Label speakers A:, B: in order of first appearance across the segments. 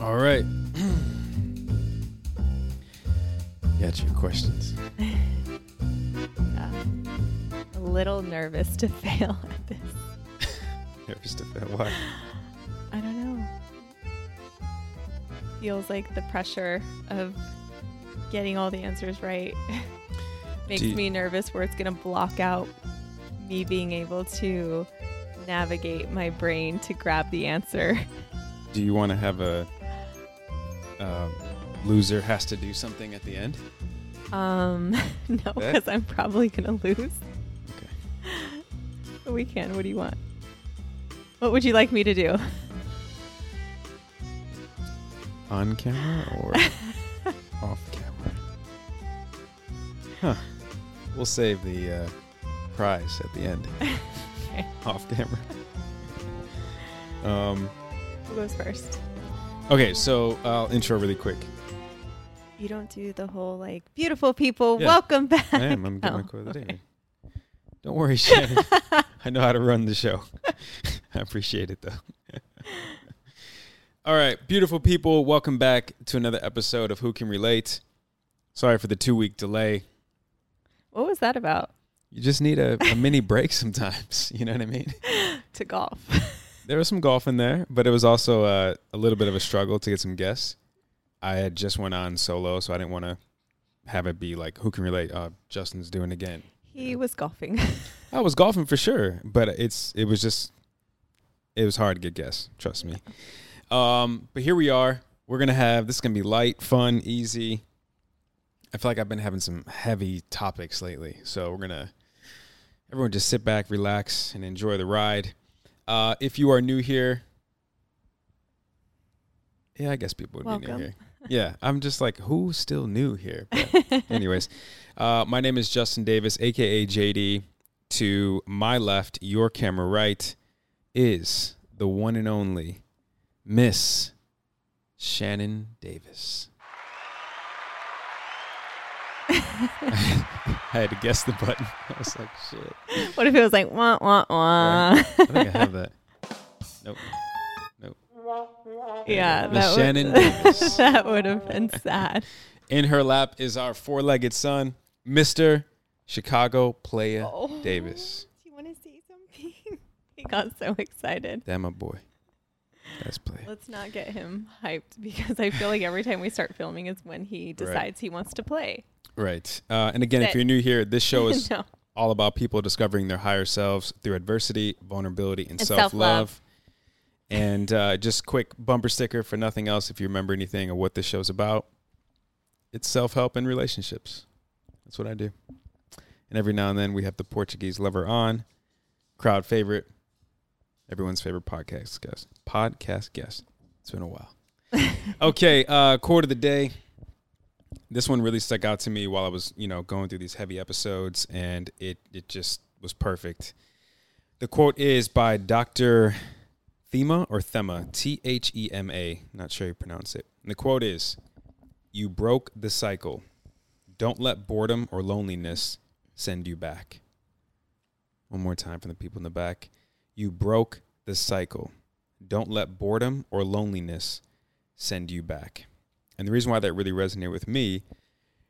A: All right. Got your questions.
B: A little nervous to fail at this.
A: Nervous to fail. Why?
B: I don't know. Feels like the pressure of getting all the answers right makes
A: you-
B: me nervous where it's going to block out me being able to navigate my brain to grab the answer.
A: Do you want to have a um, loser has to do something at the end?
B: Um, no,
A: Yeah.
B: because I'm probably going to lose.
A: Okay.
B: But we can. What do you want? What would you like me to do?
A: On camera or off camera? Huh. We'll save the uh, prize at the end. Off camera. Um,
B: Who goes first?
A: okay, so I'll intro really quick.
B: You don't do the whole like beautiful people
A: Yeah.
B: welcome back.
A: I am. I'm getting my
B: Oh,
A: quote of the day.
B: okay.
A: man. Don't worry, Shannon. I know how to run the show. I appreciate it, though. All right, beautiful people, welcome back to another episode of Who Can Relate. Sorry for the two week delay.
B: What was that about?
A: You just need a, a mini break sometimes. You know what I mean?
B: To golf.
A: There was some golf in there, but it was also uh, a little bit of a struggle to get some guests. I had just went on solo, so I didn't want to have it be like, who can relate? Uh, Justin's doing again.
B: he was golfing.
A: I was golfing for sure, but it's it was just it was hard to get guests. Trust me. Um, but here we are. We're gonna have this is gonna be light, fun, easy. I feel like I've been having some heavy topics lately, so we're gonna everyone just sit back, relax, and enjoy the ride. Uh, if you are new here, yeah, I guess people would be new
B: Welcome.
A: here. Yeah, I'm just like, who's still new here? But anyways, uh, my name is Justin Davis, aka JD. To my left, your camera right, is the one and only Miss Shannon Davis. I had to guess the button. I was like, shit.
B: what if it was like wah wah wah?
A: I think I have that. Nope. Nope.
B: yeah,
A: Miss
B: that
A: Shannon
B: would,
A: Davis.
B: that would have been sad.
A: In her lap is our four legged son, Mr. Chicago Playa
B: Oh.
A: Davis.
B: Do you want to say something? he got so excited.
A: That my boy. That's Playa.
B: Let's not get him hyped because I feel like every time we start filming is when he decides he wants to play.
A: Right. Uh, and again, if
B: Sit.
A: you're new here, this show is
B: no.
A: all about people discovering their higher selves through adversity, vulnerability, and,
B: And
A: self love.
B: self-love.
A: And uh, just quick bumper sticker for nothing else if you remember anything of what this show's about. It's self help and relationships. That's what I do. And every now and then we have the Portuguese lover on, crowd favorite, everyone's favorite podcast guest. Podcast guest. It's been a while. okay, uh, quote of the day. This one really stuck out to me while I was, you know, going through these heavy episodes, and it it just was perfect. The quote is by Dr. Thema or Thema, T H E M A. Not sure how you pronounce it. And the quote is, "You broke the cycle. Don't let boredom or loneliness send you back." One more time for the people in the back. You broke the cycle. Don't let boredom or loneliness send you back. And the reason why that really resonated with me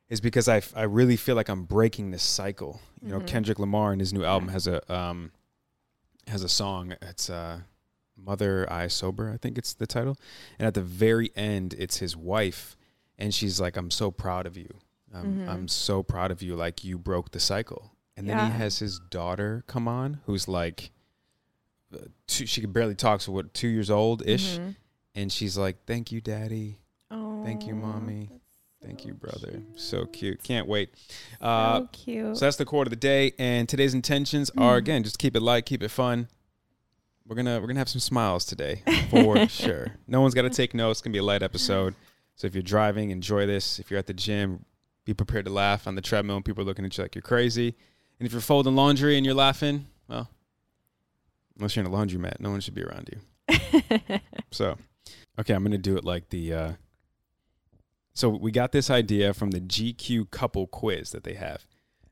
A: is because I, I really feel like I'm breaking this cycle. You know, Kendrick Lamar in his new album has a um, has a song. It's uh, "Mother I Sober," I think it's the title. And at the very end, it's his wife, and she's like, "I'm so proud of you. I'm, I'm so proud of you. Like you broke the cycle." And then
B: Yeah.
A: he has his daughter come on, who's like, uh, two, she could barely talk, so what, two years old ish,
B: Mhm.
A: and she's like, "Thank you, daddy."
B: Oh,
A: Thank you, mommy. Thank
B: so
A: you, brother.
B: cute.
A: So cute. Can't wait.
B: So
A: Uh,
B: cute.
A: so that's the quote of the day. And today's intentions are again, just keep it light, keep it fun, We're gonna we're gonna have some smiles today for sure. No one's got to take notes. It's gonna be a light episode. So if you're driving, enjoy this. If you're at the gym, be prepared to laugh on the treadmill. and People are looking at you like you're crazy. And if you're folding laundry and you're laughing, well, unless you're in a laundromat, no one should be around you. So, okay, I'm gonna do it like the. Uh, so we got this idea from the GQ couple quiz that they have.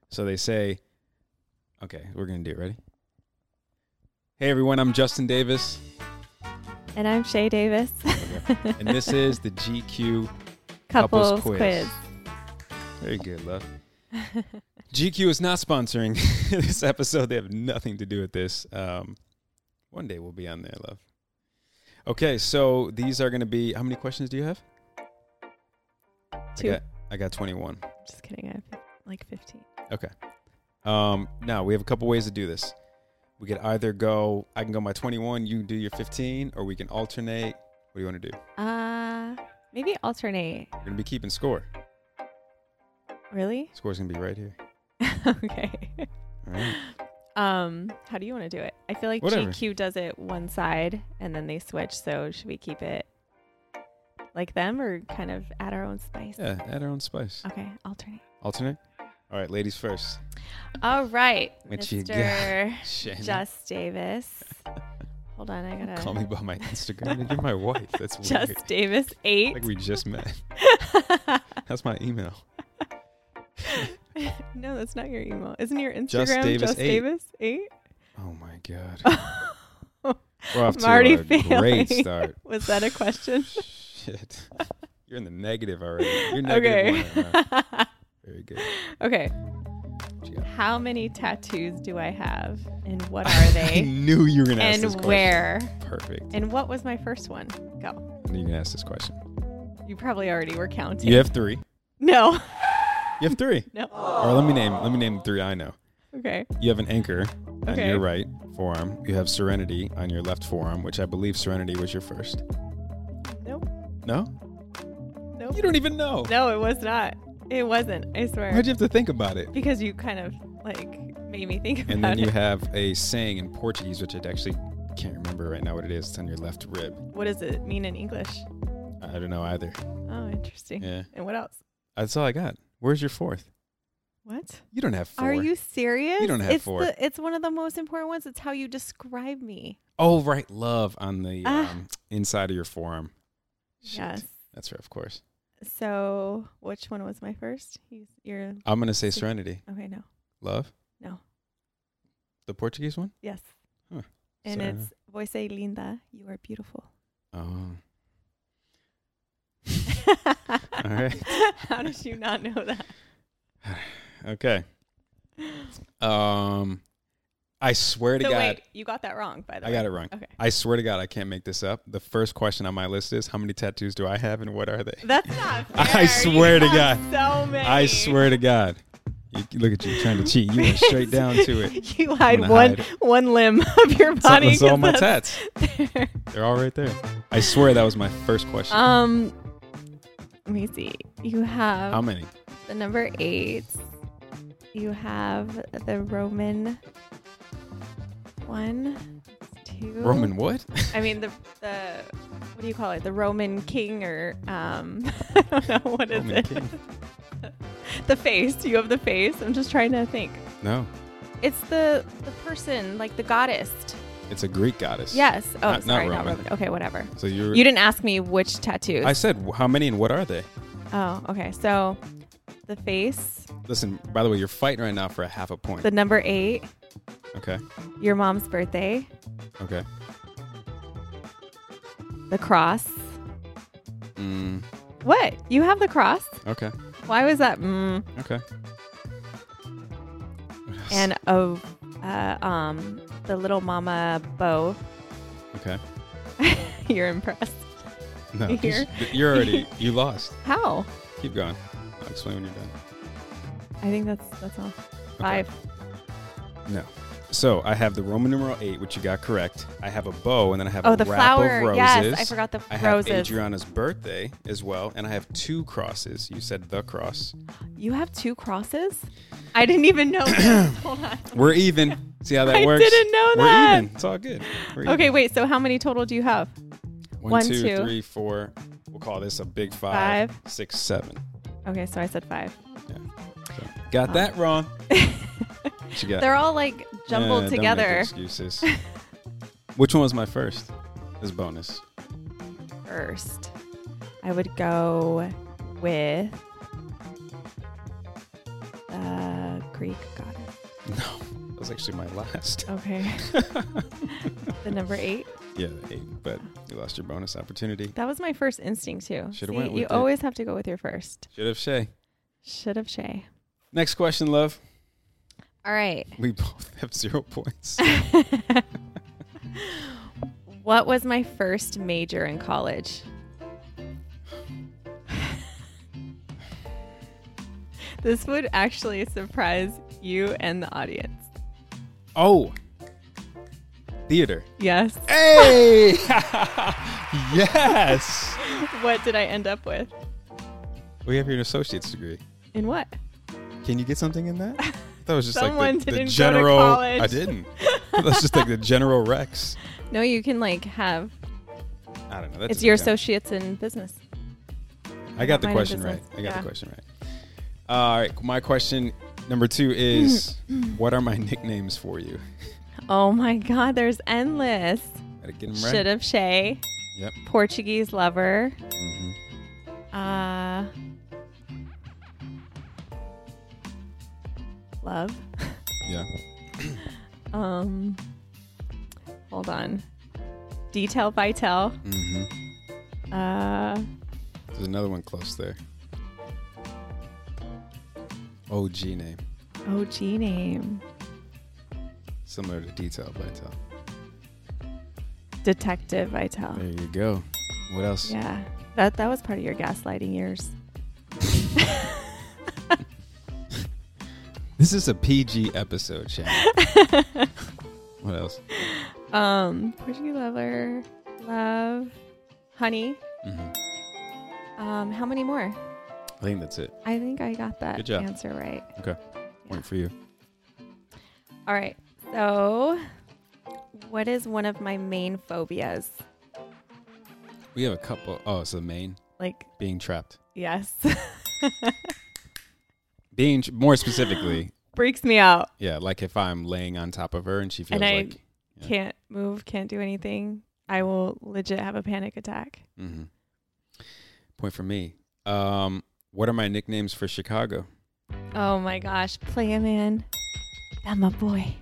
A: So they say, okay, we're gonna do it. Ready? Hey everyone, I'm Justin Davis,
B: and I'm Shay Davis.
A: and this is the GQ.
B: Couples,
A: Couples quiz. Very good, love. GQ is not sponsoring this episode. They have nothing to do with this. Um, one day we'll be on there, love. Okay, so these are gonna be how many questions do you have?
B: Two.
A: I got, I got 21.
B: Just kidding. I have like 15.
A: Okay. Um, now we have a couple ways to do this. We could either go, I can go my 21, you do your 15, or we can alternate. What do you want to do?
B: Uh, maybe alternate.
A: We're going to be keeping score.
B: Really?
A: Score's going to be right here.
B: okay.
A: All right.
B: Um, how do you want to do it? I feel like
A: Whatever.
B: GQ does it one side and then they switch. So should we keep it like them or kind of add our own spice?
A: Yeah, add our own spice.
B: Okay, alternate.
A: Alternate? All right, ladies first.
B: All right,
A: What you got,
B: Mr.
A: Shannon?
B: Just Davis. Hold on, I gotta.
A: Call me by my Instagram. You're my wife. That's weird.
B: Just Davis eight.
A: Like we just met. That's my email.
B: no, that's not your email. Isn't your Instagram
A: Just
B: Just
A: Davis
B: Davis
A: 8?
B: eight?
A: Oh my God. We're off
B: I'm
A: to
B: already
A: a great
B: failing.
A: start.
B: Was that a question?
A: Shit. You're in the negative already. You're negative
B: Okay.
A: one. right now. Very good.
B: okay.
A: What you got?
B: How many tattoos do I have, and what are
A: I
B: they,
A: knew you were gonna ask this
B: and
A: question.
B: where,
A: Perfect.
B: and what was my first one? Go.
A: I knew you were gonna ask this question.
B: You probably already were counting.
A: You have three.
B: No.
A: You have three.
B: No.
A: Or let me name let me name the three I know.
B: Okay.
A: You have an anchor on
B: Okay.
A: your right forearm. You have serenity on your left forearm, which I believe serenity was your first.
B: Nope.
A: No?
B: Nope.
A: You don't even know.
B: No, it was not. It wasn't. I swear.
A: Why'd you have to think about it?
B: because you kind of like made me think about
A: And then
B: it.
A: you have a saying in Portuguese, which I actually can't remember right now what it is. It's on your left rib.
B: what does it mean in English?
A: I don't know either.
B: Oh, interesting.
A: Yeah.
B: And what else?
A: That's all I got. Where's your fourth?
B: What?
A: You don't have four.
B: Are you serious?
A: You don't have
B: it's
A: four.
B: The, it's one of the most important ones. It's how you describe me.
A: Oh, right. Love on the
B: Ah.
A: um, inside of your forearm. Shit.
B: Yes.
A: That's right, of course.
B: So, which one was my first? You, you're
A: I'm going to say Serenity.
B: okay. No.
A: Love?
B: No.
A: The Portuguese one?
B: Yes.
A: Huh.
B: And
A: Sorry.
B: it's voice linda. You are beautiful.
A: Oh.
B: All
A: right.
B: how did you not know that?
A: Okay. Um, I swear to
B: So
A: God,
B: wait, you got that wrong, by the
A: I
B: way.
A: got it wrong.
B: Okay.
A: I swear to God, I can't make this up. The first question on my list is how many tattoos do I have and what are they?
B: That's not
A: I
B: fair. You
A: swear to
B: have
A: God.
B: So many.
A: I swear to God. You, you look at you trying to cheat. You went straight down to it.
B: You hide
A: gonna
B: one
A: hide.
B: one limb of your
A: It's all-
B: body.
A: It's all
B: 'cause
A: my
B: that's
A: tats.
B: there.
A: They're all right there. I swear that was my first question.
B: Um, let me see. You have
A: How many?
B: the number eight. You have the Roman one, two.
A: Roman what?
B: I mean the the what do you call it? The Roman king or um I don't know what is
A: Roman
B: it.
A: king.
B: The face. You have the face. I'm just trying to think.
A: No,
B: It's the the person like the goddess.
A: it's a Greek goddess.
B: Yes. Oh,
A: Not- not
B: sorry, not
A: Roman.
B: Roman. Okay, whatever.
A: So you're.
B: You didn't ask me which tattoos.
A: I said "Wh- how many and what are they?
B: Oh, okay. So the face,
A: Listen, by the way, you're fighting right now for a half a point.
B: the number eight,
A: okay.
B: your mom's birthday,
A: Okay.
B: the cross.
A: Mm,
B: What? You have the cross?
A: okay.
B: Why was that? Mm.
A: Okay.
B: And oh, uh, um, the little mama bow.
A: Okay.
B: You're impressed.
A: No.
B: Here.
A: You're already. You lost.
B: How?
A: Keep going. I'll explain when you're done.
B: I think that's that's all. Five.
A: No. So I have the Roman numeral eight, which you got correct. I have a bow, and then I have
B: Oh,
A: a
B: the
A: wrap of
B: flower.
A: roses.
B: Yes, I forgot the
A: I have
B: roses.
A: Adriana's birthday as well, and I have two crosses. You said the cross.
B: You have two crosses? I didn't even know. that. Hold on.
A: We're even. See how that
B: I
A: works?
B: didn't know
A: We're
B: that.
A: even. It's all good. We're
B: Okay,
A: even.
B: wait. So how many total do you have?
A: One,
B: one,
A: two,
B: two.
A: three, four. We'll call this a big five,
B: Five.
A: six, seven.
B: Okay, so I said five.
A: Got that wrong. What you got?
B: They're all like jumbled
A: Yeah, don't make
B: together.
A: excuses. Which one was my first? This bonus.
B: First, I would go with the uh, Greek goddess.
A: No, that was actually my last.
B: Okay. the number eight.
A: Yeah, eight. But you lost your bonus opportunity.
B: That was my first instinct too.
A: Shoulda
B: See,
A: went with
B: you
A: it.
B: always have to go with your first.
A: Should have Shay.
B: Should have Shay.
A: Next question, love.
B: All right.
A: We both have zero points.
B: What was my first major in college? this would actually surprise you and the audience.
A: oh, theater.
B: Yes.
A: Hey! yes!
B: What did I end up with?
A: We have here an associate's degree.
B: In what?
A: Can you get something in that? I thought it was just
B: Someone
A: like the- the,
B: didn't go to
A: general.
B: college.
A: I didn't. That's just like the general Rex.
B: No, you can like have
A: I don't know. That
B: it's
A: doesn't
B: your
A: count.
B: associates in business.
A: I got the
B: Mind
A: question right.
B: business.
A: I got
B: Yeah.
A: the question right. All right. My question number two is What are my nicknames for you?
B: Oh my god, there's endless.
A: Gotta get 'em right.
B: Should have Shay.
A: Yep.
B: Portuguese lover.
A: Mm-hmm.
B: Uh love.
A: Yeah.
B: Um hold on. Detail by tell.
A: Mm-hmm.
B: Uh
A: There's another one close there. OG name.
B: OG name.
A: Similar to detail, but I tell.
B: Detective by tell.
A: There you go. What else?
B: Yeah. That that was part of your gaslighting years.
A: This is a PG episode, Shannon. what else?
B: Um Portuguese lover. Love. Honey.
A: Mm-hmm.
B: Um, how many more?
A: I think that's it.
B: I think I got that
A: Good job.
B: answer right.
A: Okay. Point for you.
B: All right. So, what is one of my main phobias?
A: We have a couple. Oh, it's the main
B: Like,
A: being trapped.
B: yes,
A: Being tr- more specifically,
B: freaks me out.
A: yeah, like if I'm laying on top of her and she feels
B: And I-
A: like Yeah.
B: Can't move, can't do anything. I will legit have a panic attack.
A: hmm Point for me. Um, what are my nicknames for Chicago?
B: Oh my gosh, play him in. I'm a boy.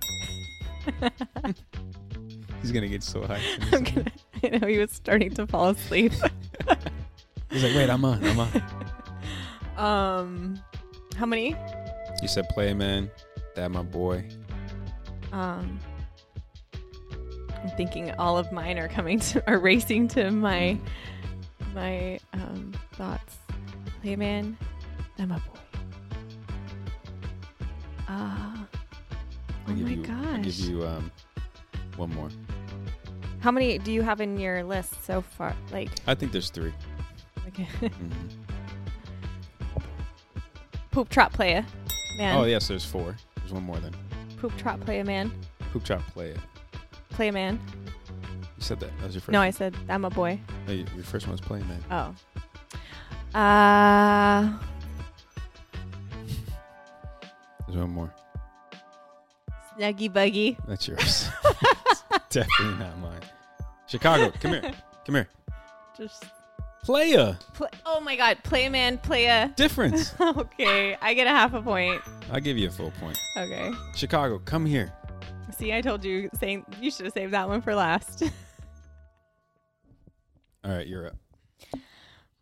A: He's gonna get so high.
B: I'm gonna, I know he was starting to fall asleep.
A: He's like, wait, I'm on, I'm on.
B: Um, how many?
A: You said play man, that my boy.
B: Um, I'm thinking all of mine are coming to are racing to my my um, thoughts. Hey man, I'm a boy. Ah, oh
A: give
B: my
A: you, I'll give
B: gosh!
A: you um, one more.
B: How many do you have in your list so far? Like,
A: I think there's 3
B: okay.
A: Mhm.
B: poop trap player, man.
A: Oh yes, there's four. There's one more then.
B: Poop trap player, man.
A: Poop chop play it.
B: Play man.
A: You said that. That was your first.
B: No,
A: one.
B: I said I'm a boy.
A: No, you- your first one was play man.
B: Oh. Uh,
A: There's one more.
B: snuggy buggy.
A: That's yours. It's definitely not mine. Chicago, come here, come here.
B: Just
A: Playa
B: Pl oh my god, play man, play a.
A: difference.
B: Okay, I get a half a point.
A: I'll give you a full point.
B: Okay.
A: Chicago, come here.
B: See, I told you saying you should have saved that one for last.
A: All right, you're up.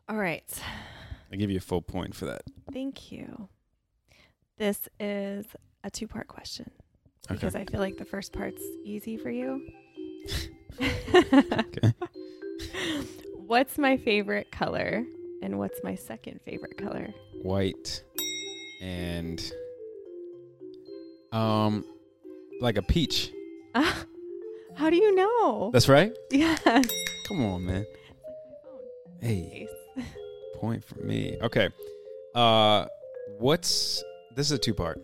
B: All right.
A: I give you a full point for that.
B: Thank you. This is a two-part question
A: Okay.
B: because I feel like the first part's easy for you.
A: Okay.
B: What's my favorite color and what's my second favorite color?
A: White and um like a peach.
B: How do you know?
A: That's right.
B: yeah.
A: Come on, man. Hey, point for me. Okay. Uh, what's this is a two part.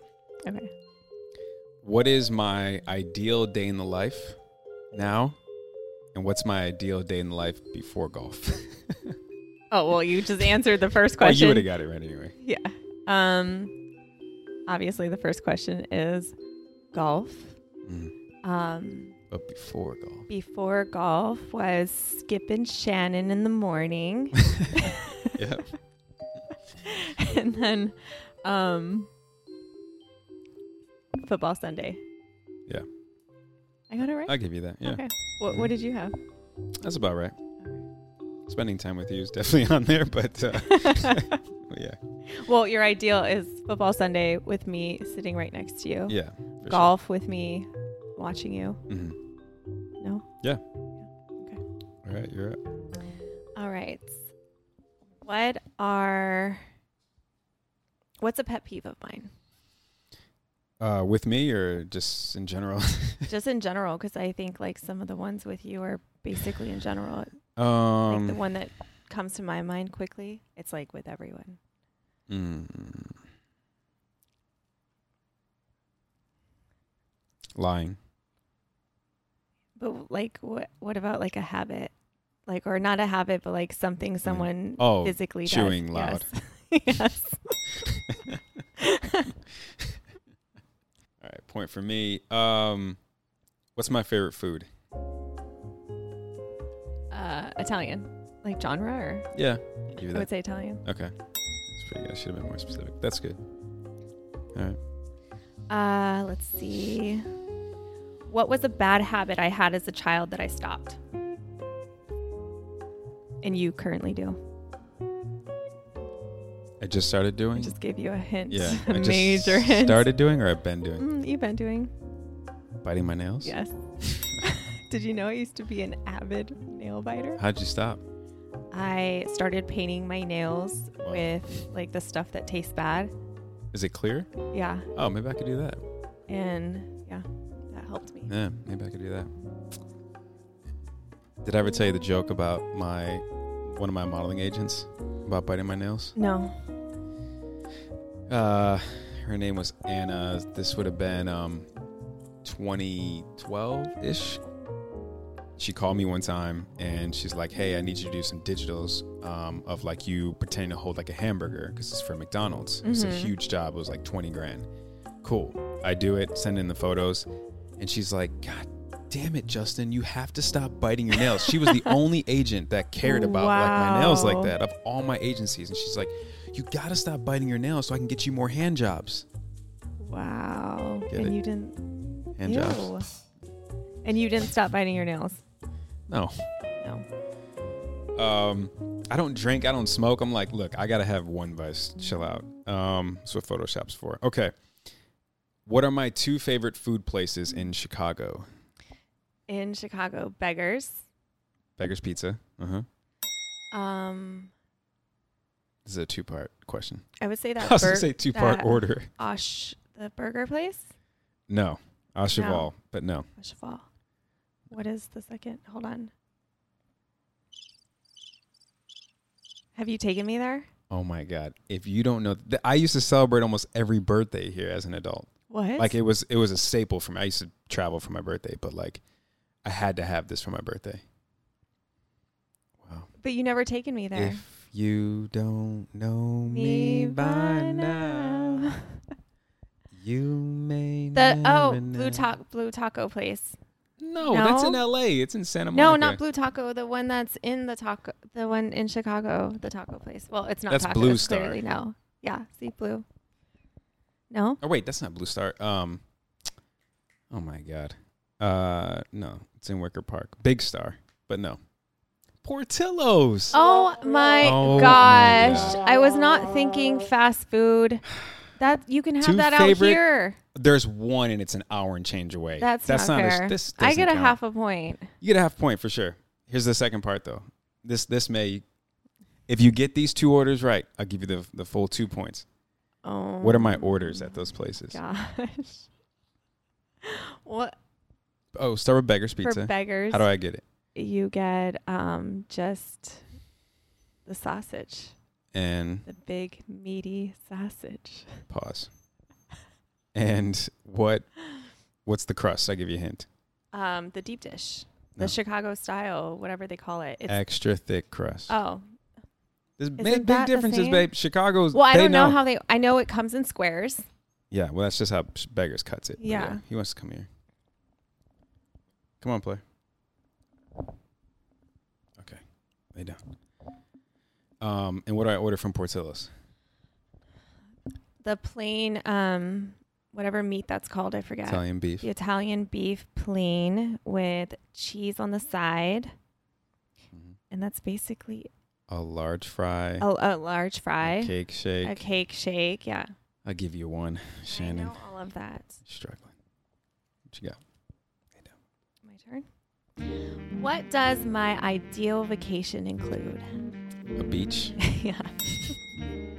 B: Okay.
A: What is my ideal day in the life now, and what's my ideal day in the life before golf?
B: Oh well, you just answered the first
A: well, Oh, you
B: question.
A: would have got it right anyway.
B: Yeah. Um obviously the first question is golf. Um
A: Mm, But before golf,
B: before golf was skipping Shannon in the morning
A: yeah.
B: and then um football Sunday.
A: Yeah.
B: I got it right.
A: I'll give you that. Yeah, Mm-hmm.
B: Okay. What what did you have?
A: that's about right. Spending time with you is definitely on there, but uh, yeah,
B: Well, your ideal is football Sunday with me sitting right next to you.
A: yeah, for sure.
B: golf with me watching you.
A: Mhm.
B: No?
A: Yeah.
B: Okay.
A: All right, you're up.
B: All right. What are what's a pet peeve of mine?
A: Uh, with me or just in general?
B: Just in general, because I think like some of the ones with you are basically in general.
A: um,
B: like the one that comes to my mind quickly, it's like with everyone.
A: mm. lying.
B: But like what what about like a habit? Like or not a habit, but like something someone
A: Oh,
B: physically does.
A: chewing loud.
B: Yes. yes.
A: All right, point for me. Um, what's my favorite food?
B: Uh, Italian. Like genre or
A: Yeah, give you
B: I would
A: that.
B: say Italian.
A: Okay, that's pretty good. I should have been more specific. That's good. All right.
B: Uh, let's see. What was a bad habit I had as a child that I stopped? And you currently do.
A: I just started
B: I
A: doing.
B: just gave you a hint.
A: yeah,
B: a
A: I just
B: major hint.
A: Started doing, or I've been doing,
B: Mm, you've been doing.
A: biting my nails.
B: Yes. Did you know I used to be an avid nail biter?
A: How'd you stop?
B: I started painting my nails
A: Wow.
B: with like the stuff that tastes bad.
A: Is it clear?
B: Yeah.
A: Oh, maybe I could do that.
B: And yeah, that helped me.
A: Yeah, maybe I could do that. Did I ever tell you the joke about my one of my modeling agents about biting my nails?
B: No.
A: Uh, her name was Anna. This would have been um, 2012 ish. She called me one time and she's like, "Hey, I need you to do some digitals um, of like you pretending to hold like a hamburger because it's for McDonald's. It was a huge job. It was like 20 grand. Cool. I do it. Send in the photos, and she's like, "God." Damn it, Justin! You have to stop biting your nails. She was the only agent that cared about like my nails like
B: Wow.
A: that of all my agencies, and she's like, "You gotta stop biting your nails so I can get you more hand jobs."
B: Wow.
A: Get
B: and
A: it.
B: you didn't
A: Hand jobs?
B: Ew. And you didn't stop biting your nails.
A: No.
B: No.
A: um, I don't drink, I don't smoke. I'm like, look, I gotta have one vice. Chill out. Um, that's what Photoshop's for. Okay. What are my two favorite food places in Chicago?
B: In Chicago, beggars.
A: Beggar's Pizza. Uh huh.
B: Um,
A: This is a two part question.
B: I would say that.
A: I was gonna
B: bur-
A: say two part
B: that
A: order.
B: Osh, the burger place.
A: No, au cheval, but no.
B: Osh of all. What is the second? Hold on. Have you taken me there?
A: Oh my god! If you don't know, th- I used to celebrate almost every birthday here as an adult.
B: What?
A: like it was it was a staple for me. I used to travel for my birthday, but like I had to have this for my birthday. Wow.
B: but you never taken me there.
A: If you don't know me, by now, you may
B: The
A: never
B: oh blue
A: know.
B: taco blue taco place.
A: No, that's in
B: No?
A: L.A. It's in Santa Monica.
B: No, not blue taco. The one that's in the taco. The one in Chicago. The taco place. Well, it's not.
A: That's
B: tacos,
A: Blue Star.
B: Clearly, no. Yeah. See blue. No.
A: Oh wait, that's not Blue Star. Um. Oh my God. Uh no, it's in Wicker Park. Big Star, but no. Portillo's.
B: Oh my
A: Oh my
B: gosh! I was not thinking fast food. That you can have
A: Two
B: that out
A: favorite-
B: here.
A: There's one, and it's an hour and change away.
B: That's, not,
A: a-
B: fair.
A: this
B: I
A: doesn't
B: get a
A: count.
B: half a point.
A: You get a half point for sure. Here's the second part though. This this may if you get these two orders right, I'll give you the the full two points.
B: Oh.
A: What are my orders at those places?
B: Gosh. What
A: Oh, start with Beggar's Pizza.
B: for beggars?
A: How do I get it?
B: you get um, just the sausage,
A: And
B: the big meaty sausage.
A: pause. And what? What's the crust? I give you a hint.
B: Um, the deep dish, the
A: No.
B: Chicago style, whatever they call it. It's,
A: Extra thick crust.
B: oh,
A: There's
B: Isn't
A: big, big
B: that the
A: differences,
B: same?
A: babe. Chicago's.
B: well, I
A: they
B: don't know. how they. I know it comes in squares.
A: Yeah, well, that's just how Sh- Beggars cuts it. But
B: Yeah.
A: He wants to come here. Come on, player. Okay. Lay down. Um, and what do I order from Portillo's?
B: The plain, um, whatever meat that's called, I forget.
A: Italian beef.
B: The Italian beef plain with cheese on the side,
A: Mhm.
B: and that's basically
A: A large fry.
B: a, a large fry,
A: A cake shake.
B: a cake shake. Yeah,
A: I'll give you one,
B: I
A: Shannon.
B: know all of that.
A: Struggling. What you got?
B: My turn. What does my ideal vacation include?
A: A beach.
B: yeah.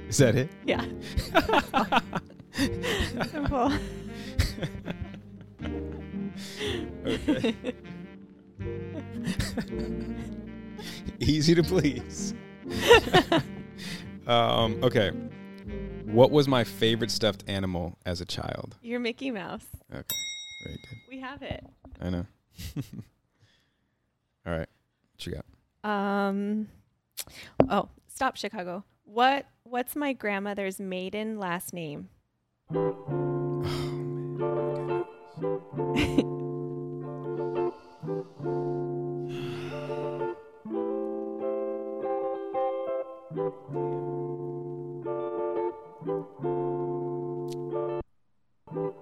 A: Is that it?
B: Yeah. Simple.
A: Easy to please. um, okay. What was my favorite stuffed animal as a child?
B: You're Mickey Mouse.
A: Okay. Very good.
B: We have it.
A: I know. All right. What you got?
B: Um Oh, stop Chicago. What what's my grandmother's maiden last name?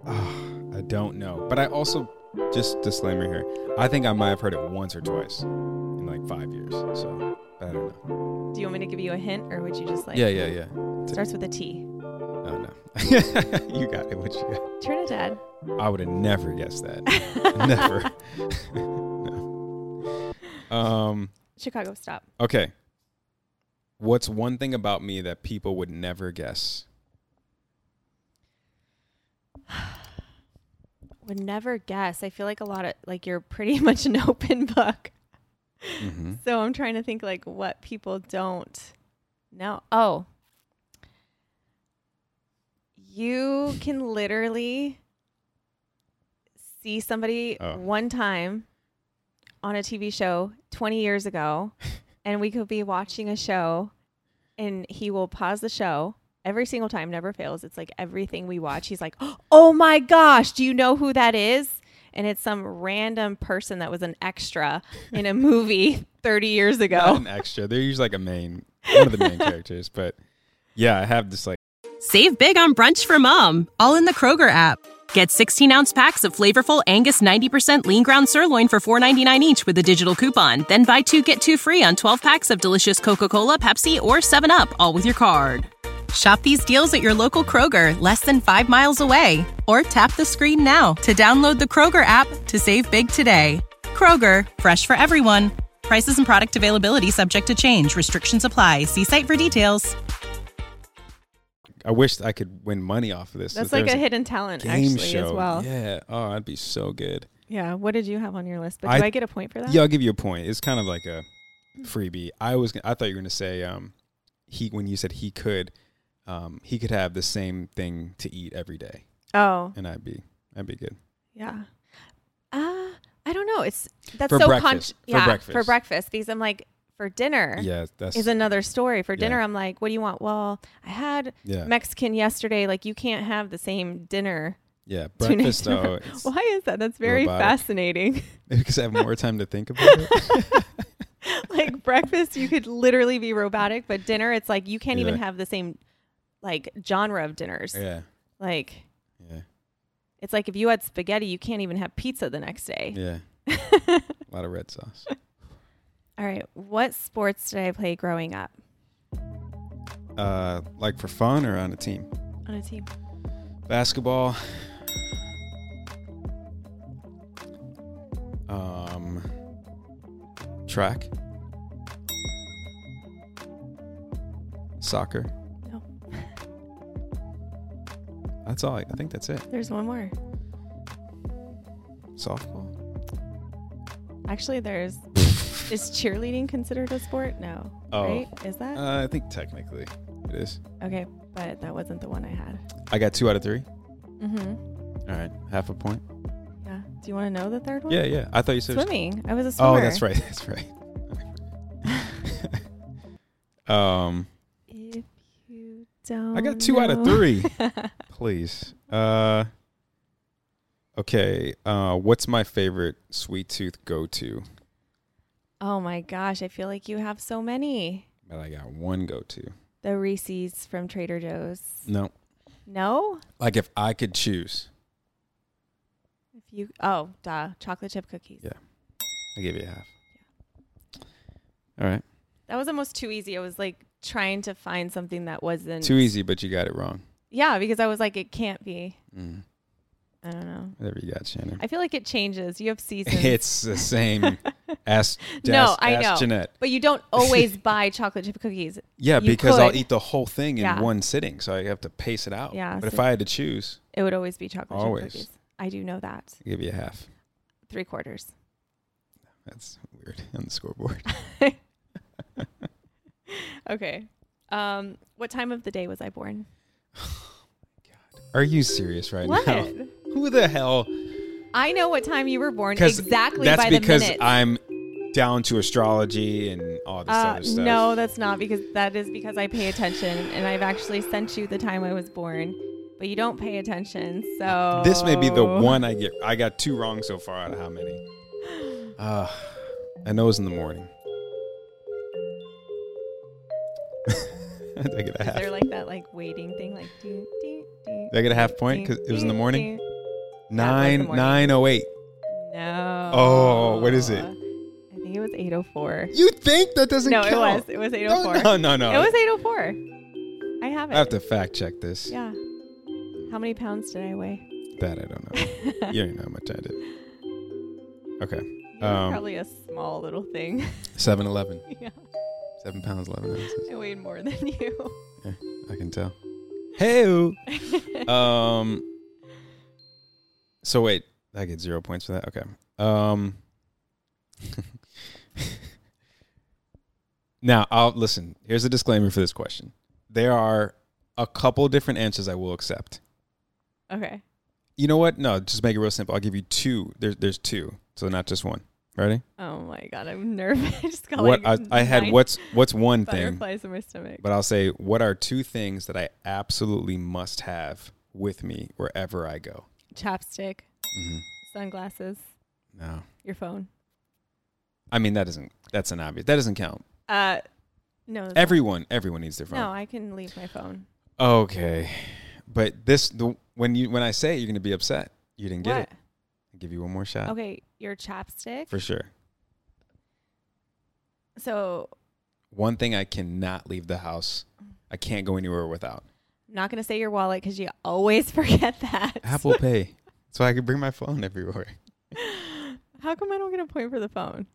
A: I don't know. But I also, just disclaimer here, I think I might have heard it once or twice in like five years. So, but I don't know.
B: Do you want me to give you a hint or would you just like
A: Yeah, yeah, yeah.
B: starts with a T?
A: Oh, no. you got it. What you got?
B: Trinidad.
A: I would have never guessed that. never. no. Um.
B: Chicago stop.
A: Okay. What's one thing about me that people would never guess?
B: Would never guess. I feel like a lot of like you're pretty much an open book.
A: Mm-hmm.
B: So I'm trying to think like what people don't know. Oh. You can literally see somebody
A: Oh.
B: one time on a TV show 20 years ago and we could be watching a show and he will pause the show every single time never fails it's like everything we watch he's like oh my gosh do you know who that is and it's some random person that was an extra in a movie 30 years ago
A: An extra. They're usually like a main, one of the main characters. But yeah, I have this like
C: Save big on brunch for mom, all in the Kroger app. Get 16 ounce packs of flavorful Angus 90% lean ground sirloin for $4.99 each with a digital coupon. Then buy two get two free on 12 packs of delicious Coca Cola, Pepsi, or 7UP, all with your card. Shop these deals at your local Kroger, less than five miles away. Or tap the screen now to download the Kroger app to save big today. Kroger, fresh for everyone. Prices and product availability subject to change. Restrictions apply. See site for details.
A: I wish I could win money off of this.
B: that's
A: If there
B: like a
A: was
B: hidden talent
A: game
B: actually as
A: show.
B: well yeah.
A: Yeah. Oh, I'd be so good.
B: what did you have on your list but
A: I-
B: do i get a point for that
A: Yeah, I'll give you a point. It's kind of like a freebie. I was gonna- I thought you were gonna say um he when you said he could um he could have the same thing to eat every day
B: oh
A: and I'd be I'd be good.
B: yeah uh i don't know it's that's
A: For
B: so
A: breakfast. For
B: yeah for
A: breakfast.
B: breakfast because i'm like for dinner
A: Yeah, that's
B: is another story. For dinner,
A: Yeah.
B: I'm like, what do you want? Well, I had
A: Yeah.
B: Mexican yesterday. Like, you can't have the same dinner.
A: yeah
B: two nights
A: breakfast
B: in a
A: though
B: row. Why is that? That's very
A: robotic.
B: fascinating.
A: because I have more time to think about it.
B: like, breakfast, you could literally be robotic, but dinner, it's like you can't even
A: Yeah.
B: have the same, like, genre of dinners.
A: Yeah,
B: Like,
A: yeah,
B: it's like if you had spaghetti, you can't even have pizza the next day.
A: yeah. a lot of red sauce.
B: All right. What sports did I play growing up
A: Uh, like for fun or on a team?
B: on a team?
A: Basketball. Um, track. Soccer.
B: No,
A: That's all. I, I think that's it.
B: there's one more.
A: Softball?
B: Actually, there's. is cheerleading considered a sport? No.
A: Oh.
B: Right? Is that?
A: Uh, I think technically it is.
B: okay, but that wasn't the one I had.
A: I got two out of three.
B: Mm-hmm.
A: All right, half a point.
B: Yeah. Do you want to know the third one?
A: Yeah, yeah. I thought you said.
B: Swimming. I was a swimmer.
A: oh, that's right. That's right. um,
B: If you don't.
A: I got two out of
B: know-
A: three. Please. Uh. Okay. Uh, what's my favorite sweet tooth go to?
B: oh my gosh, I feel like you have so many.
A: But I got one go to.
B: The Reese's from Trader Joe's.
A: No.
B: No?
A: Like if I could choose,
B: If you oh, duh, chocolate chip cookies.
A: Yeah. I give you half. All right.
B: That was almost too easy. I was like trying to find something that wasn't
A: Too e- easy, but you got it wrong.
B: Yeah, because I was like, it can't be.
A: Mm.
B: I don't know.
A: Whatever you got, Shannon.
B: I feel like it changes. You have seasons.
A: It's the same. ask,
B: no,
A: ask-
B: I
A: ask
B: know.
A: Jeanette.
B: But you don't always buy chocolate chip cookies.
A: Yeah,
B: You
A: because I'll
B: could.
A: eat the whole thing in
B: Yeah.
A: one sitting, so I have to pace it out.
B: Yeah,
A: But if
B: so-
A: I had to choose,
B: It would always be chocolate
A: Always.
B: chip cookies. I do know that.
A: I'll give you a half.
B: Three quarters.
A: That's weird on the scoreboard.
B: Okay. Um, what time of the day was I born?
A: Are you serious right
B: What?
A: now? Who the hell?
B: I know what time you were born
A: 'Cause
B: exactly
A: That's
B: by the
A: because
B: minute.
A: I'm down to astrology and all this
B: uh,
A: other stuff.
B: no, that's not because that is because I pay attention and I've actually sent you the time I was born, but you don't pay attention. So
A: This may be the one I get. I got two wrong so far out of how many? Uh, I know it's in the morning. Did I get a
B: Is
A: half?
B: there like that like waiting thing like do do do?
A: Did I get a half point 'cause it was in the morning?
B: That was the
A: Nine
B: morning.
A: nine oh eight.
B: No.
A: Oh, what is it?
B: I think it was 804.
A: You think that doesn't
B: No,
A: count?
B: it was. It was
A: No,
B: 804.
A: no, no.
B: It was 804. I have it.
A: I have to fact check this.
B: Yeah. How many pounds did I weigh?
A: That I don't know. you don't even know how much I did. Okay.
B: You were
A: Um,
B: Probably a small little thing.
A: 7 11.
B: yeah.
A: 7 pounds 11 ounces.
B: I weighed more than you.
A: Yeah, I can tell. Hey. um. So wait, I get zero points for that. Okay. Um. now I'll listen. Here's a disclaimer for this question. There are a couple different answers I will accept.
B: Okay.
A: You know what? No, just make it real simple. I'll give you two. There's there's two, so not just one. Ready?
B: Oh my god, I'm nervous. I just got
A: What I,
B: like
A: I had
B: Oh, nine
A: what's what's one thing,
B: butterflies in my stomach.
A: but I'll say what are two things that I absolutely must have with me wherever I go.
B: Chapstick,
A: Mm-hmm.
B: sunglasses,
A: No.
B: your phone.
A: I mean that doesn't that's an obvious that doesn't count.
B: Uh, no. that's
A: Everyone everyone needs their
B: not- No,
A: phone.
B: I can leave my phone.
A: Okay. But this the when you when I say it, you're gonna be upset. You didn't get
B: What?
A: it. I'll give you one more shot.
B: Okay, your chapstick.
A: For sure.
B: So
A: One thing I cannot leave the house. I can't go anywhere without.
B: I'm not gonna say your wallet because you always forget that.
A: Apple Pay. So I can bring my phone everywhere.
B: How come I don't get a point for the phone?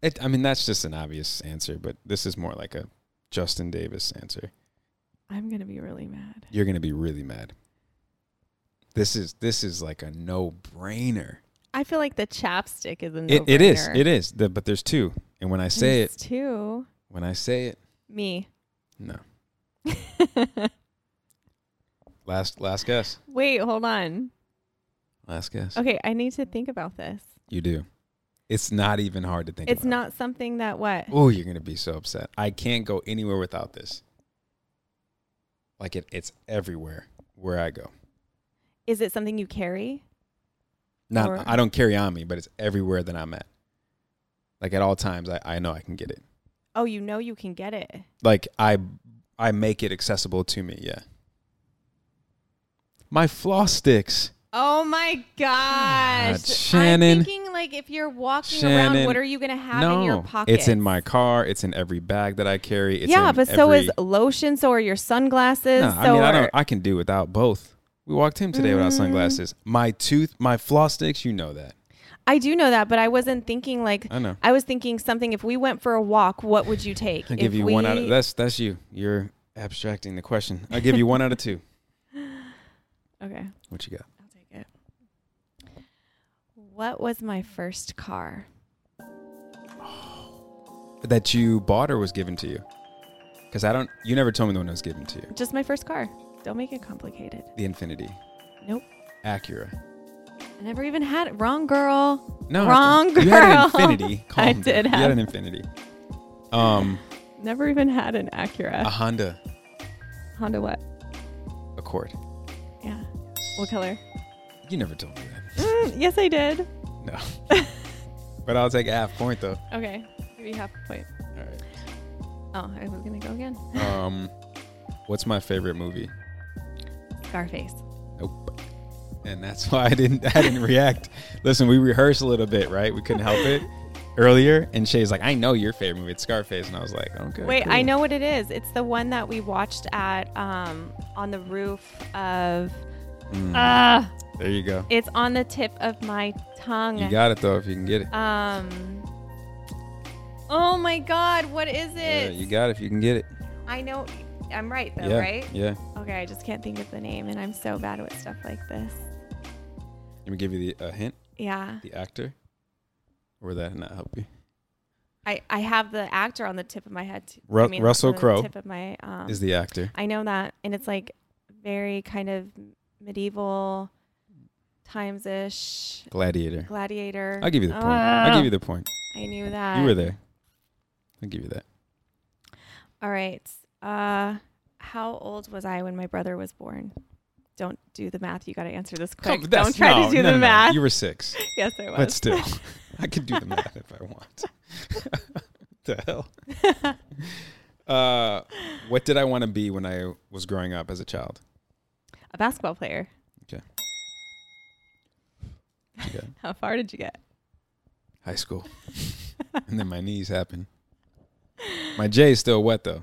A: It, I mean that's just an obvious answer, but this is more like a Justin Davis answer.
B: I'm gonna be really mad.
A: You're gonna be really mad. This is this is like a no brainer.
B: I feel like the chapstick is a
A: It, it is.
B: no-brainer.
A: It is. The, but there's two. And when I say
B: There's
A: it,
B: two.
A: when I say it,
B: Me.
A: no. Last last guess.
B: Wait, hold on.
A: Last guess.
B: Okay, I need to think about this.
A: You do. It's not even hard to think
B: it's not something that what?
A: Oh, you're going to be so upset. I can't go anywhere without this. Like it it's everywhere where I go.
B: Is it something you carry?
A: Not
B: Or-
A: I don't carry on me, but it's everywhere that I'm at. Like at all times I, I know I can get it.
B: Oh, you know you can get it.
A: like I I make it accessible to me. Yeah. My floss sticks.
B: Oh my gosh.
A: Shannon.
B: I'm thinking like if you're walking
A: Shannon,
B: around, what are you gonna have
A: no,
B: in your pocket?
A: it's in my car. It's in every bag that I carry. It's
B: yeah,
A: in
B: but so is
A: every-
B: lotion, so are your sunglasses.
A: No,
B: so Mm.
A: I mean, I don't.
B: are-
A: I can do without both. We walked him today without sunglasses. My tooth, my floss sticks. You know that.
B: I do know that, but I wasn't thinking like
A: I know.
B: was thinking something. If we went for a walk, what would you take?
A: I give
B: If
A: you one out of
B: we-
A: that's that's you. You're abstracting the question. I give you one out of two.
B: Okay,
A: What you got?
B: I'll take it. What was my first car?
A: That you bought or was given to you? Because I don't. You never told me the one that was given to you.
B: Just my first car. Don't make it complicated.
A: The Infinity
B: Nope.
A: Acura.
B: I never even had it. Wrong girl.
A: No,
B: Wrong
A: you had an
B: girl.
A: Infinity. Calm
B: I
A: down.
B: did
A: You had
B: have-
A: an Infinity. Um,
B: Never even had an Acura.
A: a Honda
B: Honda what?
A: Accord.
B: Yeah. What color?
A: You never told me that.
B: Mm, yes, I did.
A: No. but I'll take a half point though.
B: Okay. Give you half a point.
A: All
B: Oh, I was going to go again.
A: right. Um, what's my favorite movie?
B: Scarface.
A: Nope. And that's why I didn't I didn't react. Listen, we rehearsed a little bit, right? We couldn't help it earlier. And Shay's like, I know your favorite movie, it's Scarface. And I was like, okay.
B: Wait,
A: cool.
B: I know what it is. It's the one that we watched at um, on the roof of.
A: Mm.
B: Ah,
A: There you go.
B: it's on the tip of my tongue.
A: You got it though, if you can get it.
B: um. Oh my God! What is
A: Yeah,
B: it?
A: you got it if you can get it.
B: I know. I'm right though,
A: yeah.
B: right?
A: Yeah.
B: Okay, I just can't think of the name, and I'm so bad with stuff like this.
A: Let me give you the a hint.
B: Yeah,
A: The actor. Or would that not help you?
B: I, I have the actor on the tip of my head. Too.
A: Ru-
B: I mean,
A: Russell
B: on the
A: Crowe
B: Tip of my. Um,
A: Is the actor.
B: I know that, and it's like very kind of medieval times ish.
A: Gladiator.
B: Gladiator. Ah,
A: I'll give you the point. I'll give you the point.
B: I knew that.
A: You were there. I'll give you that.
B: All right. Uh, how old was I when my brother was born? Don't do the math. You got to answer this quick.
A: Come- that's-
B: Don't try
A: no,
B: to do
A: no,
B: the
A: no.
B: math.
A: You were six.
B: yes, I was.
A: But still, I could do the math if I want. the hell? uh, what did I want to be when I was growing up as a child?
B: a basketball player.
A: Okay. Okay.
B: How far did you get?
A: High school. and then my knees happened. My J is still wet though.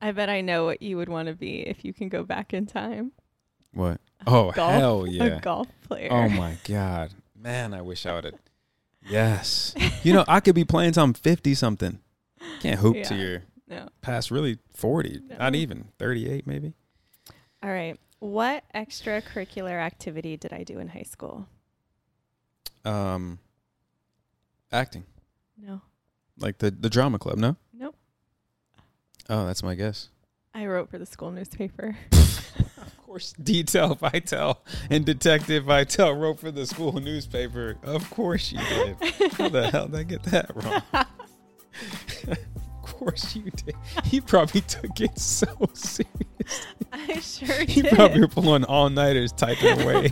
B: I bet I know what you would want to be if you can go back in time.
A: What? Oh,
B: Golf.
A: hell yeah.
B: A golf player.
A: Oh my God. Man, I wish I would have. Yes. You know, I could be playing till I'm 50 something. Can't hoop to
B: Yeah.
A: your
B: No.
A: past really 40, not even 38 maybe.
B: All right. What extracurricular activity did I do in high school?
A: um acting
B: No.
A: like the the drama club no
B: Nope.
A: oh that's my guess
B: I wrote for the school newspaper.
A: of course detail vitel and detective vitel wrote for the school newspaper of course she did how the hell did i get that wrong of course you did he probably took it so serious
B: I sure
A: he
B: did.
A: probably were pulling all-nighters typing away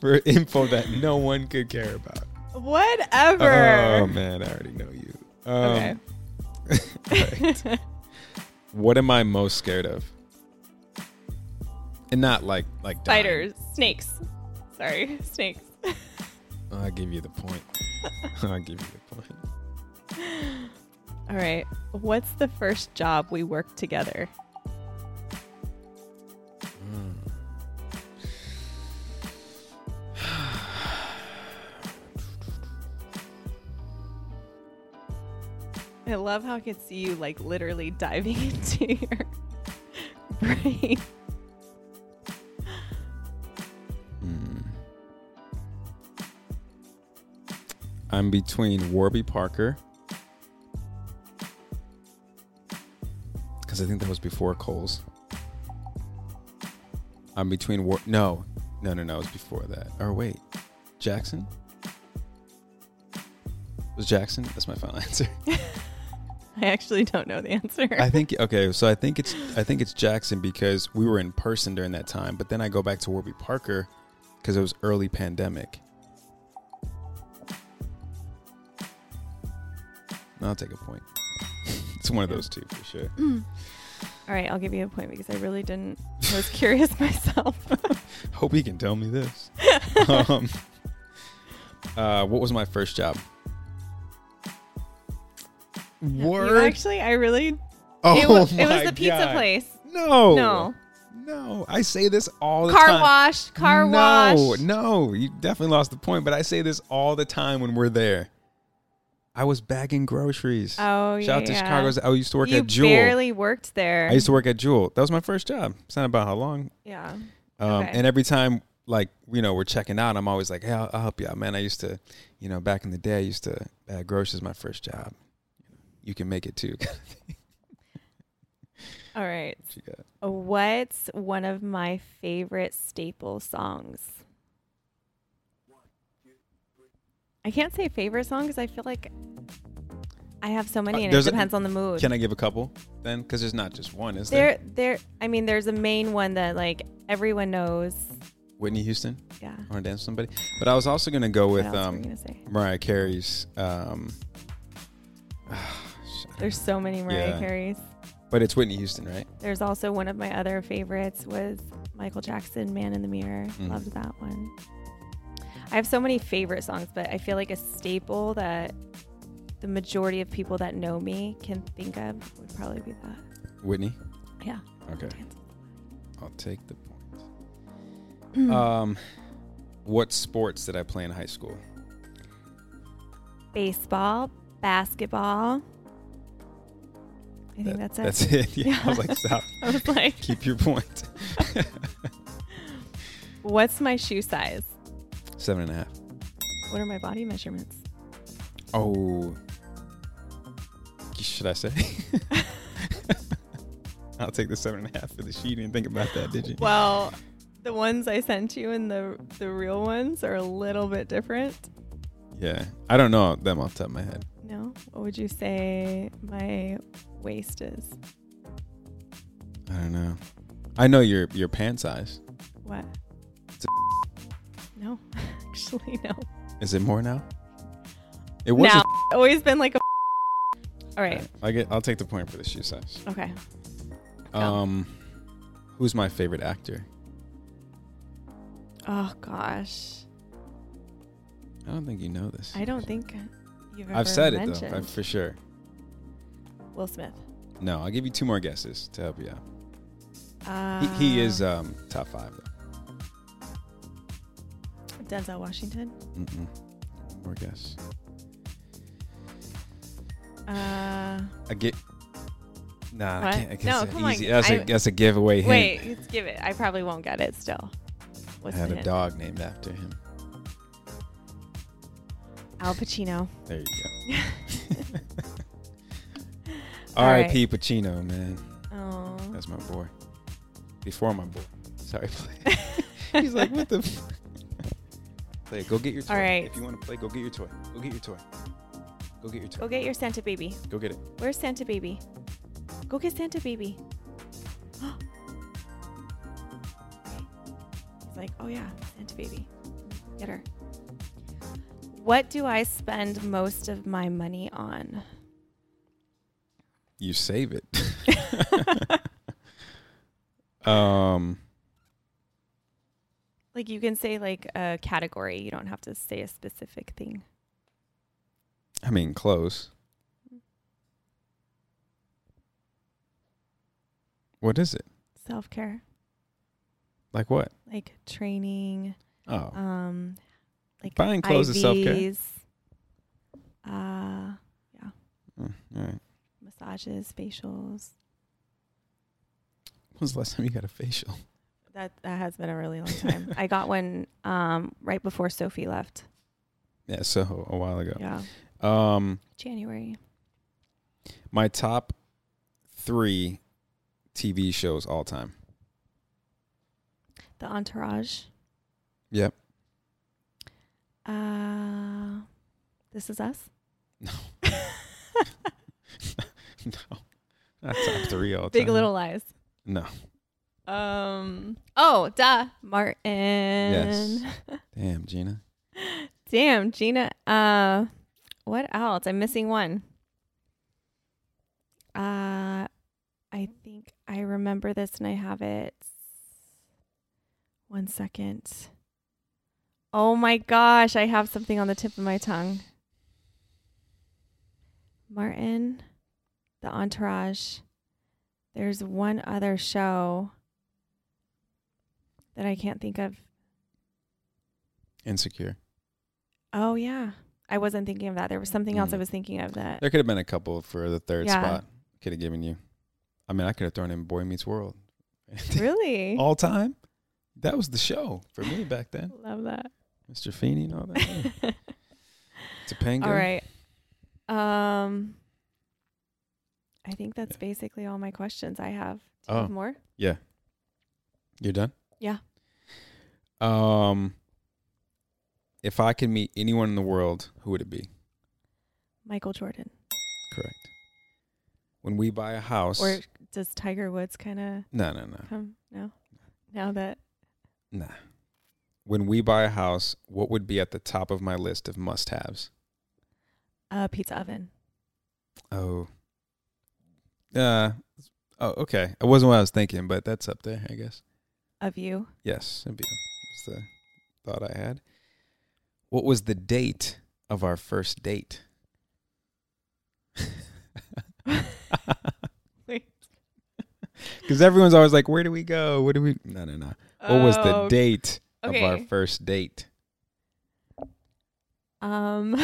A: for info that no one could care about
B: Whatever.
A: oh man i already know you um,
B: okay.
A: Right. what am I most scared of? And not like like dying.
B: Spiders. Snakes. Sorry. Snakes.
A: I'll give you the point. I'll give you the point.
B: All right. What's the first job we worked together? I love how I could see you like literally diving into your brain.
A: I'm between Warby Parker. Because I think that was before Coles. I'm between War. No, no, no, no. It was before that. Or wait, Jackson. Was Jackson? That's my final answer.
B: I actually don't know the answer.
A: I think okay, so I think it's I think it's Jackson because we were in person during that time, but then I go back to Warby Parker because it was early pandemic. No, I'll take a point. it's one of those two for sure.
B: All right, I'll give you a point because I really didn't. I was curious myself.
A: Hope you can tell me this. um, uh, what was my first job?
B: You actually, I really.
A: oh,
B: it, wa- it was
A: my
B: the pizza
A: God. Oh.
B: place.
A: No,
B: No.
A: no. I say this all the
B: Car
A: time.
B: wash, car
A: no,
B: wash.
A: No, you definitely lost the point, but I say this all the time when we're there. I was bagging groceries.
B: Oh,
A: Shout out to
B: yeah.
A: Chicago's. I used to work
B: you
A: at Jewel.
B: barely worked there.
A: I used to work at Jewel. That was my first job. It's not about how long.
B: yeah.
A: Um,
B: Okay.
A: And every time like you know we're checking out, I'm always like, "Hey, I'll, I'll help you out, man." I used to, you know, back in the day, I used to bag groceries my first job. You can make it too.
B: All right.
A: What you got?
B: What's one of my favorite staple songs? I can't say favorite song because I feel like I have so many,
A: Uh,
B: and it
A: there's a-
B: depends on the mood.
A: Can I give a couple then? Because there's not just one, is there?
B: there, there. I mean, there's a main one that like everyone knows.
A: Whitney Houston,
B: Yeah.
A: I want to dance with somebody. But I was also gonna go with
B: what else were you
A: um,
B: gonna say?
A: Mariah Carey's. Um,
B: There's so many Mariah
A: Yeah.
B: Carey's.
A: but it's Whitney Houston, right?
B: There's also one of my other favorites was Michael Jackson, Man in the Mirror.
A: Mhm.
B: Loved that one. I have so many favorite songs, but I feel like a staple that the majority of people that know me can think of would probably be that.
A: Whitney.
B: Yeah.
A: Okay.
B: Dance.
A: I'll take the point.
B: Hmm.
A: um, what sports did I play in high school?
B: Baseball, basketball. I think
A: That-
B: that's it.
A: That's it. Yeah, I was like, stop.
B: I was like,
A: Keep your point.
B: what's my shoe size?
A: Seven and a half.
B: What are my body measurements?
A: Oh, should I say? I'll take the seven and a half for the sheet. You didn't think about that, did you?
B: Well, the ones I sent you and the the real ones are a little bit different.
A: Yeah, I don't know them off the top of my head.
B: No. What would you say my waist is?
A: I don't know. I know your your pant size.
B: What?
A: It's
B: No, actually, no.
A: Is it more now? It was.
B: now, always been like a.
A: a-
B: All right.
A: I get. I'll take the point for the shoe size.
B: Okay.
A: Um, who's my favorite actor?
B: Oh gosh,
A: I don't think you know this.
B: I don't think you've ever
A: I've said
B: mentioned
A: it though, I- for sure.
B: Will Smith.
A: No, I'll give you two more guesses to help you out.
B: Uh,
A: He, he is um, top five though.
B: Denzel Washington.
A: Mm-mm. One more guess.
B: Uh,
A: I get. Nah, I
B: What?
A: can't. I guess
B: No,
A: it's
B: come on,
A: easy. That's, a
B: I-
A: that's a giveaway hint.
B: wait, let's give it. I probably won't get it
A: I
B: still. What's
A: had
B: the
A: a
B: hint?
A: dog named after him.
B: Al Pacino.
A: There you go.
B: All right.
A: R.I.P. Pacino, man.
B: Oh.
A: That's my boy. Before my boy. Sorry, play. He's like, what the? F-? play. Go get your toy.
B: All right.
A: If you want to play, go get your toy. Go get your toy. Go get your toy.
B: Go get your Santa baby.
A: Go get it.
B: Where's Santa Baby? Go get Santa Baby. He's like, oh yeah, Santa Baby. Get her. What do I spend most of my money on?
A: You save it. um.
B: Like you can say like a category. You don't have to say a specific thing.
A: I mean, close. What is it?
B: Self care,
A: Like what?
B: like training,
A: Oh,
B: um, like
A: Buying clothes is self-care.
B: IVs, Uh,
A: Mm, all right.
B: massages, facials.
A: When was the last time you got a facial?
B: That that has been a really long time. I got one um, right before Sophie left.
A: Yeah, so a while ago.
B: Yeah,
A: Um,
B: January.
A: my top three TV shows all time.
B: The Entourage.
A: Yep.
B: Uh, this is us.
A: No. no, not top three all
B: Big
A: time.
B: Little Lies.
A: No,
B: Um. Oh, duh. Martin.
A: Yes. damn, Gina.
B: Damn, Gina. Uh, what else? I'm missing one. Uh, I think I remember this and I have it. One second. Oh my gosh, I have something on the tip of my tongue. Martin, The Entourage. There's one other show that I can't think of.
A: Insecure.
B: Oh yeah. I wasn't thinking of that. There was something else I
A: Mm.
B: was thinking of that.
A: There could have been a couple for the third
B: Yeah.
A: spot. Could have given you. I mean, I could have thrown in Boy Meets World.
B: Really?
A: all time. That was the show for me back then.
B: Love that.
A: Mr. Feeney and all that. yeah. Topanga.
B: All right. Um, I think that's basically all my questions I have. Do you
A: Oh.
B: have more?
A: Yeah. You're done?
B: Yeah.
A: Um if I could meet anyone in the world, who would it be?
B: Michael Jordan.
A: Correct. When we buy a house.
B: Or does Tiger Woods kind of
A: no, no, no.
B: come now? Now that
A: Nah. When we buy a house, what would be at the top of my list of must haves?
B: uh, pizza oven.
A: Oh. Uh oh, okay. It wasn't what I was thinking, but that's up there, I guess.
B: Of you.
A: Yes, it'd be was the thought I had. What was the date of our first date?
B: Wait.
A: Because everyone's always like, "Where do we go? What do we?" No, no, no. What was the
B: Oh,
A: date of our
B: okay.
A: first date?
B: Um,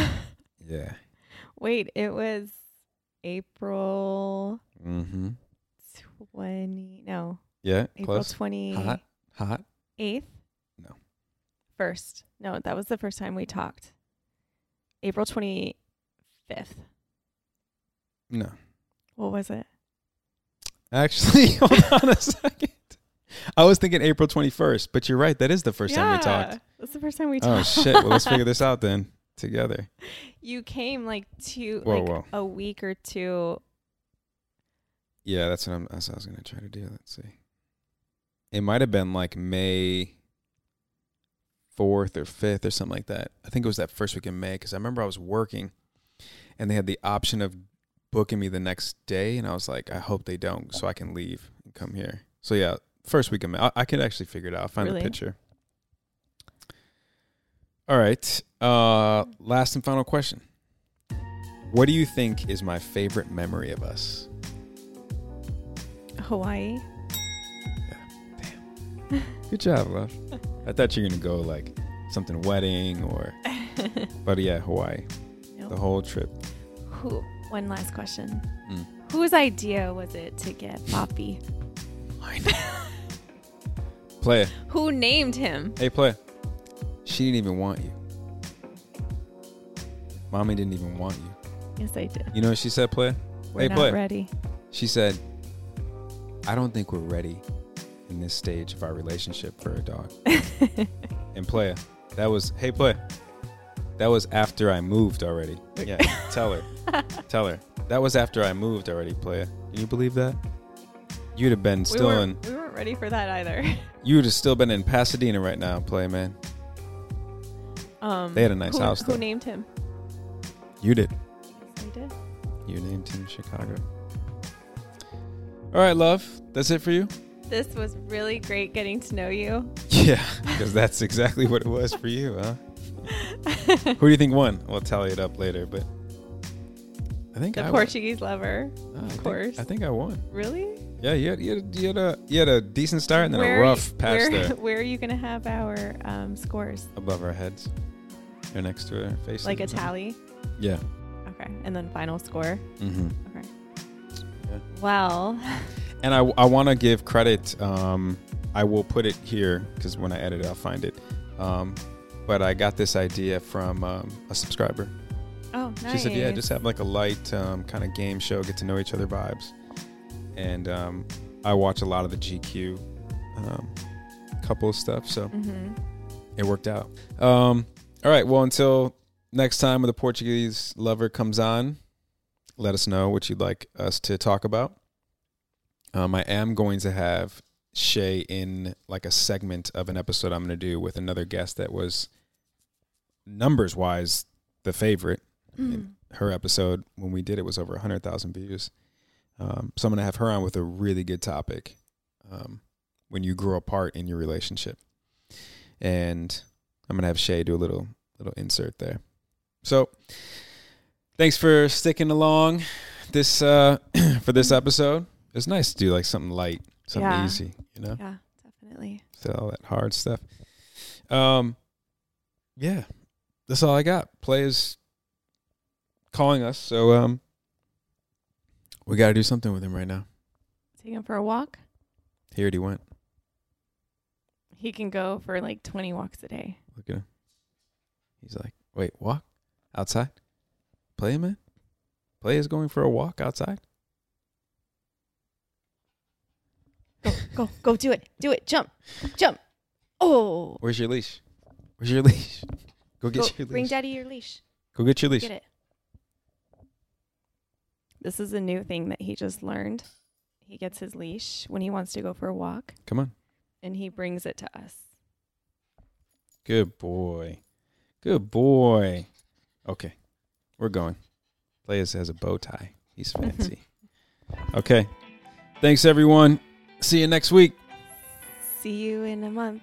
A: Yeah.
B: wait, it was April
A: Mm-hmm.
B: 20, no,
A: Yeah.
B: April
A: close.
B: 28th.
A: Hot. Hot. No.
B: First. No, that was the first time we talked. April 25th.
A: No.
B: What was it?
A: Actually, hold on a second. I was thinking April twenty first, but you're right. That is the first time we
B: Yeah,
A: talked.
B: That's the first time we
A: Oh
B: talked.
A: shit! Well, let's figure this out then together.
B: You came like two,
A: Whoa,
B: like
A: whoa.
B: a week or two.
A: Yeah, that's what I'm. That's what I was gonna try to do. Let's see. It might have been like May fourth or fifth or something like that. I think it was that first week in May because I remember I was working, and they had the option of booking me the next day, and I was like, I hope they don't, so I can leave and come here. So yeah, first week in May. I, I can actually figure it out. I'll find the
B: Really?
A: picture. All right. Uh, last and final question. What do you think is my favorite memory of us?
B: Hawaii.
A: Good job, love. I thought you were gonna go like something wedding or, but yeah, Hawaii, the
B: Nope.
A: whole trip.
B: Who? One last question.
A: Mm.
B: Whose idea was it to get Poppy?
A: Play,
B: Who named him?
A: hey, play. She didn't even want you. Mommy didn't even want you.
B: Yes, I did.
A: You know what she said, play?
B: We're
A: hey,
B: not
A: play.
B: ready.
A: She said, "I don't think we're ready in this stage of our relationship for a dog." and play. That was hey, play. That was after I moved already. Yeah, tell her. Tell her. That was after I moved already, playa. Can you believe that? You'd have been
B: We
A: still in
B: weren't, we weren't ready for that either.
A: you would have still been in Pasadena right now, play man.
B: Um,
A: They had a nice
B: who,
A: house,
B: Who
A: though.
B: named him?
A: You did.
B: Yes, I did.
A: You named Team Chicago. All right, love. That's it for you?
B: This was really great getting to know you.
A: Yeah, because that's exactly what it was for you, huh? Who do you think won? We'll tally it up later, but I think
B: The
A: I won.
B: Portuguese lover,
A: Ah, I
B: of
A: think-
B: course.
A: I think I won.
B: Really?
A: Yeah, you had, you had, you had a you had a decent start and then a
B: are
A: rough
B: you-
A: pass
B: where,
A: there
B: where are you going to have our um, scores?
A: above our heads. They're next to our faces.
B: Like a
A: or something.
B: tally?
A: Yeah.
B: Okay. And then final score?
A: Mm-hmm.
B: Okay.
A: Yeah.
B: Well,
A: And I, I want to give credit. Um, I will put it here because when I edit it, I'll find it. Um, but I got this idea from um, a subscriber.
B: oh, nice.
A: She said, "Yeah, just have like a light um, kind of game show, get to know each other vibes." And um, I watch a lot of the GQ um, couple stuff, so it worked out. Um, all right, well, until next time when the Portuguese lover comes on, let us know what you'd like us to talk about. Um, I am going to have Shay in like a segment of an episode I'm going to do with another guest that was numbers wise the favorite in her episode when we did it was over 100,000 views. Um, so I'm going to have her on with a really good topic um, when you grow apart in your relationship. And I'm going to have Shay do a little little insert there. So thanks for sticking along this uh, for this episode. It's nice to do like something light, something
B: Yeah.
A: easy, you know?
B: Yeah, definitely.
A: Said all that hard stuff. Um, yeah, that's all I got. Play is calling us, so um, we got to do something with him right now.
B: Take him for a walk.
A: He already went.
B: He He can go for like 20 walks a day.
A: Look at him. He's like, wait, walk outside? Play, man? Play is going for a walk outside?
B: Go, go, go, do it. Do it. Jump, jump. Oh,
A: Where's your leash? Where's your leash? Go get
B: Go-
A: your
B: bring
A: leash.
B: daddy your leash.
A: Go get your leash.
B: Get it. This is a new thing that he just learned. He gets his leash when he wants to go for a walk
A: Come on.
B: and he brings it to us.
A: Good boy. Good boy. Okay. We're going. Playas has a bow tie. He's fancy. okay. Thanks everyone. See you next week.
B: See you in a month.